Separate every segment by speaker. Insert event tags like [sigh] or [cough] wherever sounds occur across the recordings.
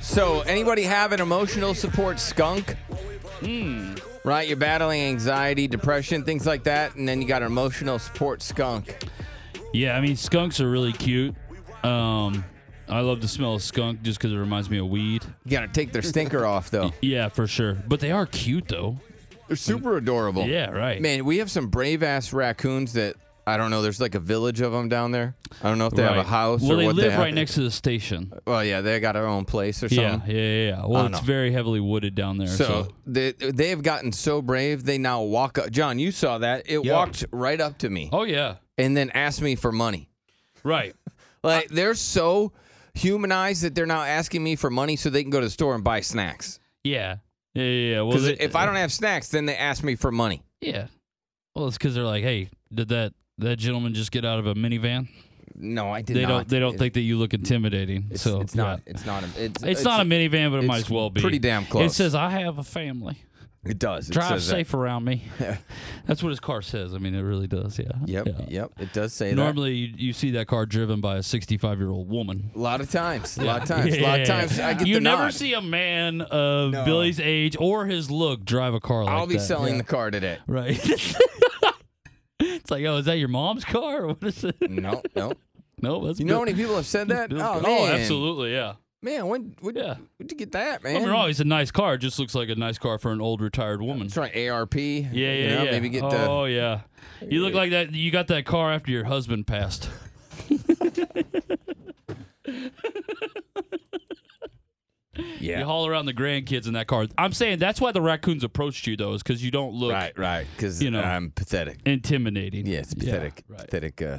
Speaker 1: So, anybody have an emotional support skunk? Hmm. Right, you're battling anxiety, depression, things like that, and then you got an emotional support skunk.
Speaker 2: Yeah, I mean skunks are really cute. Um, I love the smell of skunk just because it reminds me of weed.
Speaker 1: You got to take their stinker off, though.
Speaker 2: Yeah, for sure. But they are cute though.
Speaker 1: [laughs] They're super adorable.
Speaker 2: Yeah, right.
Speaker 1: Man, we have some brave ass raccoons that I don't know. There's like a village of them down there. I don't know if they have
Speaker 2: Right.
Speaker 1: a house
Speaker 2: Well,
Speaker 1: or
Speaker 2: they
Speaker 1: what
Speaker 2: live
Speaker 1: they have.
Speaker 2: right next to the station.
Speaker 1: Well, yeah, they got their own place or
Speaker 2: Yeah,
Speaker 1: something.
Speaker 2: yeah, yeah, yeah. Well,
Speaker 1: don't
Speaker 2: it's
Speaker 1: know.
Speaker 2: very heavily wooded down there. So,
Speaker 1: So they they have gotten so brave. They now walk up. John, you saw that. It
Speaker 2: Yeah.
Speaker 1: walked right up to me
Speaker 2: oh yeah,
Speaker 1: and then asked me for money.
Speaker 2: right.
Speaker 1: Like they're so humanized that they're now asking me for money so they can go to the store and buy snacks.
Speaker 2: Yeah, yeah, yeah. yeah. Well,
Speaker 1: Because
Speaker 2: they-
Speaker 1: if I don't have snacks, then they ask me for money.
Speaker 2: yeah. Well, it's because they're like, hey, did that that gentleman just get out of a minivan?
Speaker 1: No, I did
Speaker 2: They
Speaker 1: not.
Speaker 2: don't. They don't
Speaker 1: It-
Speaker 2: think that you look intimidating.
Speaker 1: it's,
Speaker 2: so
Speaker 1: it's not.
Speaker 2: yeah.
Speaker 1: It's not. A, it's,
Speaker 2: It's, not a minivan, but it
Speaker 1: it's
Speaker 2: might as well be.
Speaker 1: pretty damn
Speaker 2: It
Speaker 1: close.
Speaker 2: says, "I have a family.
Speaker 1: It does. It
Speaker 2: Drive
Speaker 1: says that.
Speaker 2: safe
Speaker 1: [laughs]
Speaker 2: around me." That's what his car says. I mean, it really does. Yeah.
Speaker 1: Yep.
Speaker 2: Yeah.
Speaker 1: Yep. It does say that.
Speaker 2: Normally, you, you see that car driven by a 65 year old woman.
Speaker 1: A lot of times. A lot of times. A lot
Speaker 2: Yeah.
Speaker 1: of times. I get
Speaker 2: [laughs] you
Speaker 1: the
Speaker 2: never
Speaker 1: nod.
Speaker 2: see a man of Billy's age or his look drive a car like
Speaker 1: I'll be
Speaker 2: that.
Speaker 1: selling the car today.
Speaker 2: Right. [laughs] it's like, oh, is that your mom's car? [laughs] Or what is it?
Speaker 1: No,
Speaker 2: [laughs]
Speaker 1: no.
Speaker 2: No, that's
Speaker 1: You know how
Speaker 2: Bill-
Speaker 1: many people have said that?
Speaker 2: Bill's
Speaker 1: Oh,
Speaker 2: car.
Speaker 1: man.
Speaker 2: absolutely, yeah.
Speaker 1: Man, when, when,
Speaker 2: Yeah.
Speaker 1: where'd you get that, man?
Speaker 2: Don't get me wrong, it's a nice car. It just looks like a nice car for an old retired woman.
Speaker 1: That's right. ARP. Yeah,
Speaker 2: Yeah, yeah,
Speaker 1: you know,
Speaker 2: yeah.
Speaker 1: Maybe get the.
Speaker 2: oh, yeah. You look like that. You got that car after your husband passed. You
Speaker 1: Yeah.
Speaker 2: haul around the grandkids in that car. I'm saying that's why the raccoons approached you though, is because you don't look
Speaker 1: Right, right. Because
Speaker 2: You know.
Speaker 1: I'm pathetic.
Speaker 2: intimidating.
Speaker 1: Yeah, it's pathetic.
Speaker 2: right.
Speaker 1: Pathetic. Uh,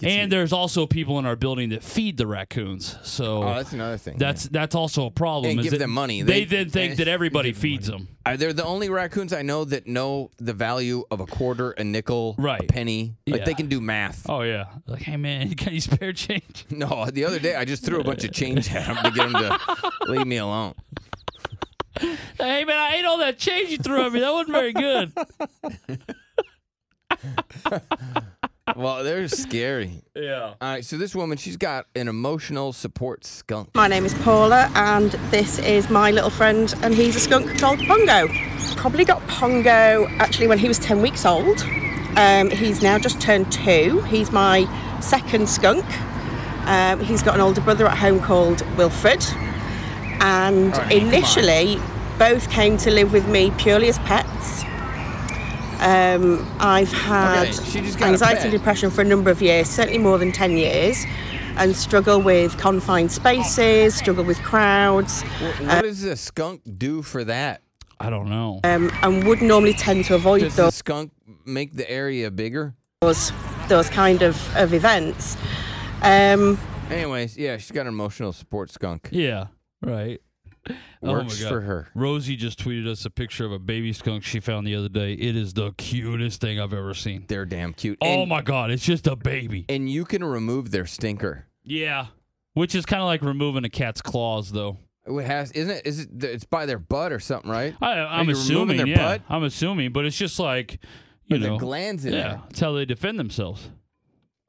Speaker 2: And there's also people in our building that feed the raccoons. So
Speaker 1: oh, that's another thing.
Speaker 2: that's that's also a problem.
Speaker 1: And
Speaker 2: is
Speaker 1: give
Speaker 2: that
Speaker 1: them money.
Speaker 2: They,
Speaker 1: They-
Speaker 2: then think that everybody feeds them.
Speaker 1: Are they the only raccoons I know that know the value of a quarter, a nickel, a
Speaker 2: Right.
Speaker 1: penny? Like
Speaker 2: Yeah.
Speaker 1: they can do math.
Speaker 2: Oh yeah. Like, hey man, [laughs] you got any spare change?
Speaker 1: [laughs]
Speaker 2: [laughs]
Speaker 1: No, the other day I just threw a bunch of change at them to get them
Speaker 2: [laughs]
Speaker 1: to leave me alone.
Speaker 2: hey man, I ate all that change you threw at me. That wasn't
Speaker 1: [laughs]
Speaker 2: very good.
Speaker 1: Well, they're scary.
Speaker 2: yeah.
Speaker 1: All right, so this woman, she's got an emotional support skunk.
Speaker 3: My name is Paula, and this is my little friend, and he's a skunk called Pongo. Probably got Pongo actually when he was 10 weeks old. Um, he's now just turned two. He's my second skunk. Um, he's got an older brother at home called Wilfred. And
Speaker 1: All right, come on.
Speaker 3: initially, both came to live with me purely as pets. Um, I've had
Speaker 1: Okay, she just got a
Speaker 3: anxiety
Speaker 1: pet.
Speaker 3: and depression for a number of years, certainly more than 10 years, and struggle with confined spaces, struggle with crowds,
Speaker 1: What what does a skunk do for that?
Speaker 2: I don't know.
Speaker 3: um, and would normally tend to avoid
Speaker 1: Does the
Speaker 3: those,
Speaker 1: skunk make the area bigger?
Speaker 3: those kind of, of events. Um,
Speaker 1: Anyways, yeah, she's got an emotional support skunk.
Speaker 2: Yeah. Right.
Speaker 1: Works
Speaker 2: oh my God.
Speaker 1: for her.
Speaker 2: Rosie just tweeted us a picture of a baby skunk she found the other day. It is the cutest thing I've ever seen.
Speaker 1: They're damn cute.
Speaker 2: oh
Speaker 1: And-
Speaker 2: my god, it's just a baby.
Speaker 1: And you can remove their stinker.
Speaker 2: Yeah. Which is kind of like removing a cat's claws, though.
Speaker 1: It has, isn't it? Is it? It's by their butt or something, right?
Speaker 2: I, I'm
Speaker 1: you removing
Speaker 2: assuming.
Speaker 1: their
Speaker 2: yeah,
Speaker 1: butt?
Speaker 2: I'm assuming, but it's just like you
Speaker 1: Or their
Speaker 2: know,
Speaker 1: glands in
Speaker 2: yeah,
Speaker 1: there.
Speaker 2: it's how they defend themselves.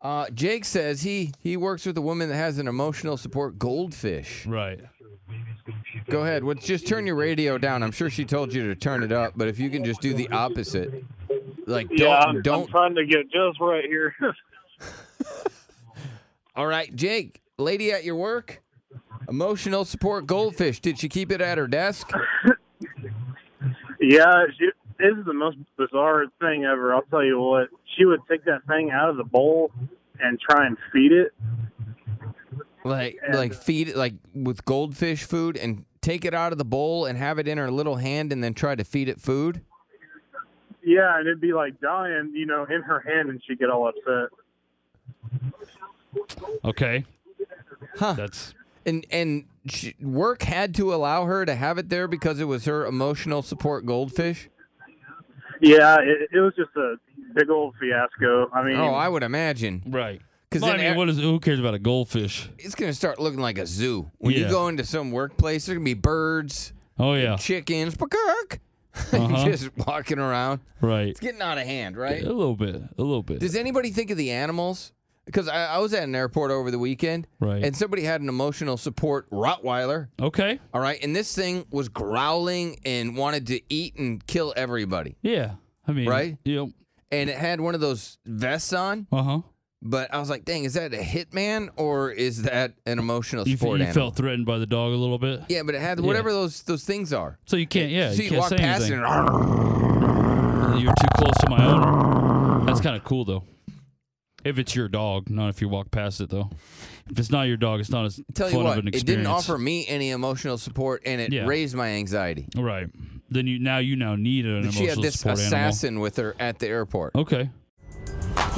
Speaker 1: Uh, Jake says he he works with a woman that has an emotional support goldfish.
Speaker 2: Right.
Speaker 1: Go ahead. Let's just turn your radio down. I'm sure she told you to turn it up, but if you can just do the opposite, like don't
Speaker 4: yeah, I'm, I'm
Speaker 1: don't.
Speaker 4: trying to get just right here. [laughs]
Speaker 1: All right, Jake, lady at your work, emotional support goldfish. Did she keep it at her desk?
Speaker 4: yeah, she, this is the most bizarre thing ever. I'll tell you what. She would take that thing out of the bowl and try and feed it.
Speaker 1: Like like feed it like with goldfish food and take it out of the bowl and have it in her little hand and then try to feed it food.
Speaker 4: Yeah, and it'd be like dying, you know, in her hand, and she'd get all upset.
Speaker 2: Okay.
Speaker 1: Huh.
Speaker 2: That's
Speaker 1: And and she, work had to allow her to have it there because it was her emotional support goldfish?
Speaker 4: Yeah, it, it was just a big old fiasco. I mean,
Speaker 1: Oh, I would imagine.
Speaker 2: Right.
Speaker 1: 'Cause
Speaker 2: Because
Speaker 1: then
Speaker 2: I mean,
Speaker 1: e-
Speaker 2: what is, who cares about a goldfish?
Speaker 1: It's going to start looking like a zoo. When you
Speaker 2: Yeah.
Speaker 1: go into some workplace, there's going to be birds,
Speaker 2: Oh yeah,
Speaker 1: chickens, [laughs] pakirk,
Speaker 2: Uh-huh.
Speaker 1: just walking around.
Speaker 2: right.
Speaker 1: It's getting out of hand, right?
Speaker 2: A little bit, a little bit.
Speaker 1: Does anybody think of the animals? Because I, I was at an airport over the weekend,
Speaker 2: Right.
Speaker 1: And somebody had an emotional support Rottweiler,
Speaker 2: okay.
Speaker 1: all right. And this thing was growling and wanted to eat and kill everybody,
Speaker 2: Yeah. I mean,
Speaker 1: Right?
Speaker 2: Yep.
Speaker 1: and it had one of those vests on.
Speaker 2: Uh huh.
Speaker 1: But I was like, dang, is that a hitman or is that an emotional
Speaker 2: You, f-
Speaker 1: support
Speaker 2: you
Speaker 1: animal?
Speaker 2: felt threatened by the dog a little bit,
Speaker 1: yeah, but it had whatever those those things are.
Speaker 2: so you can't. Yeah.
Speaker 1: so
Speaker 2: you
Speaker 1: you
Speaker 2: can't
Speaker 1: walk
Speaker 2: say
Speaker 1: past
Speaker 2: anything.
Speaker 1: it and
Speaker 2: You're too close to my owner. That's kind of cool though. If it's your dog, not if you walk past it though. If it's not your dog, it's not as
Speaker 1: tell
Speaker 2: fun
Speaker 1: you what,
Speaker 2: of an
Speaker 1: it
Speaker 2: experience.
Speaker 1: didn't offer me any emotional support, and it
Speaker 2: Yeah.
Speaker 1: raised my anxiety.
Speaker 2: Right. Then you now you now need an emotional
Speaker 1: she had this
Speaker 2: support
Speaker 1: assassin with her at the airport.
Speaker 2: animal. Okay.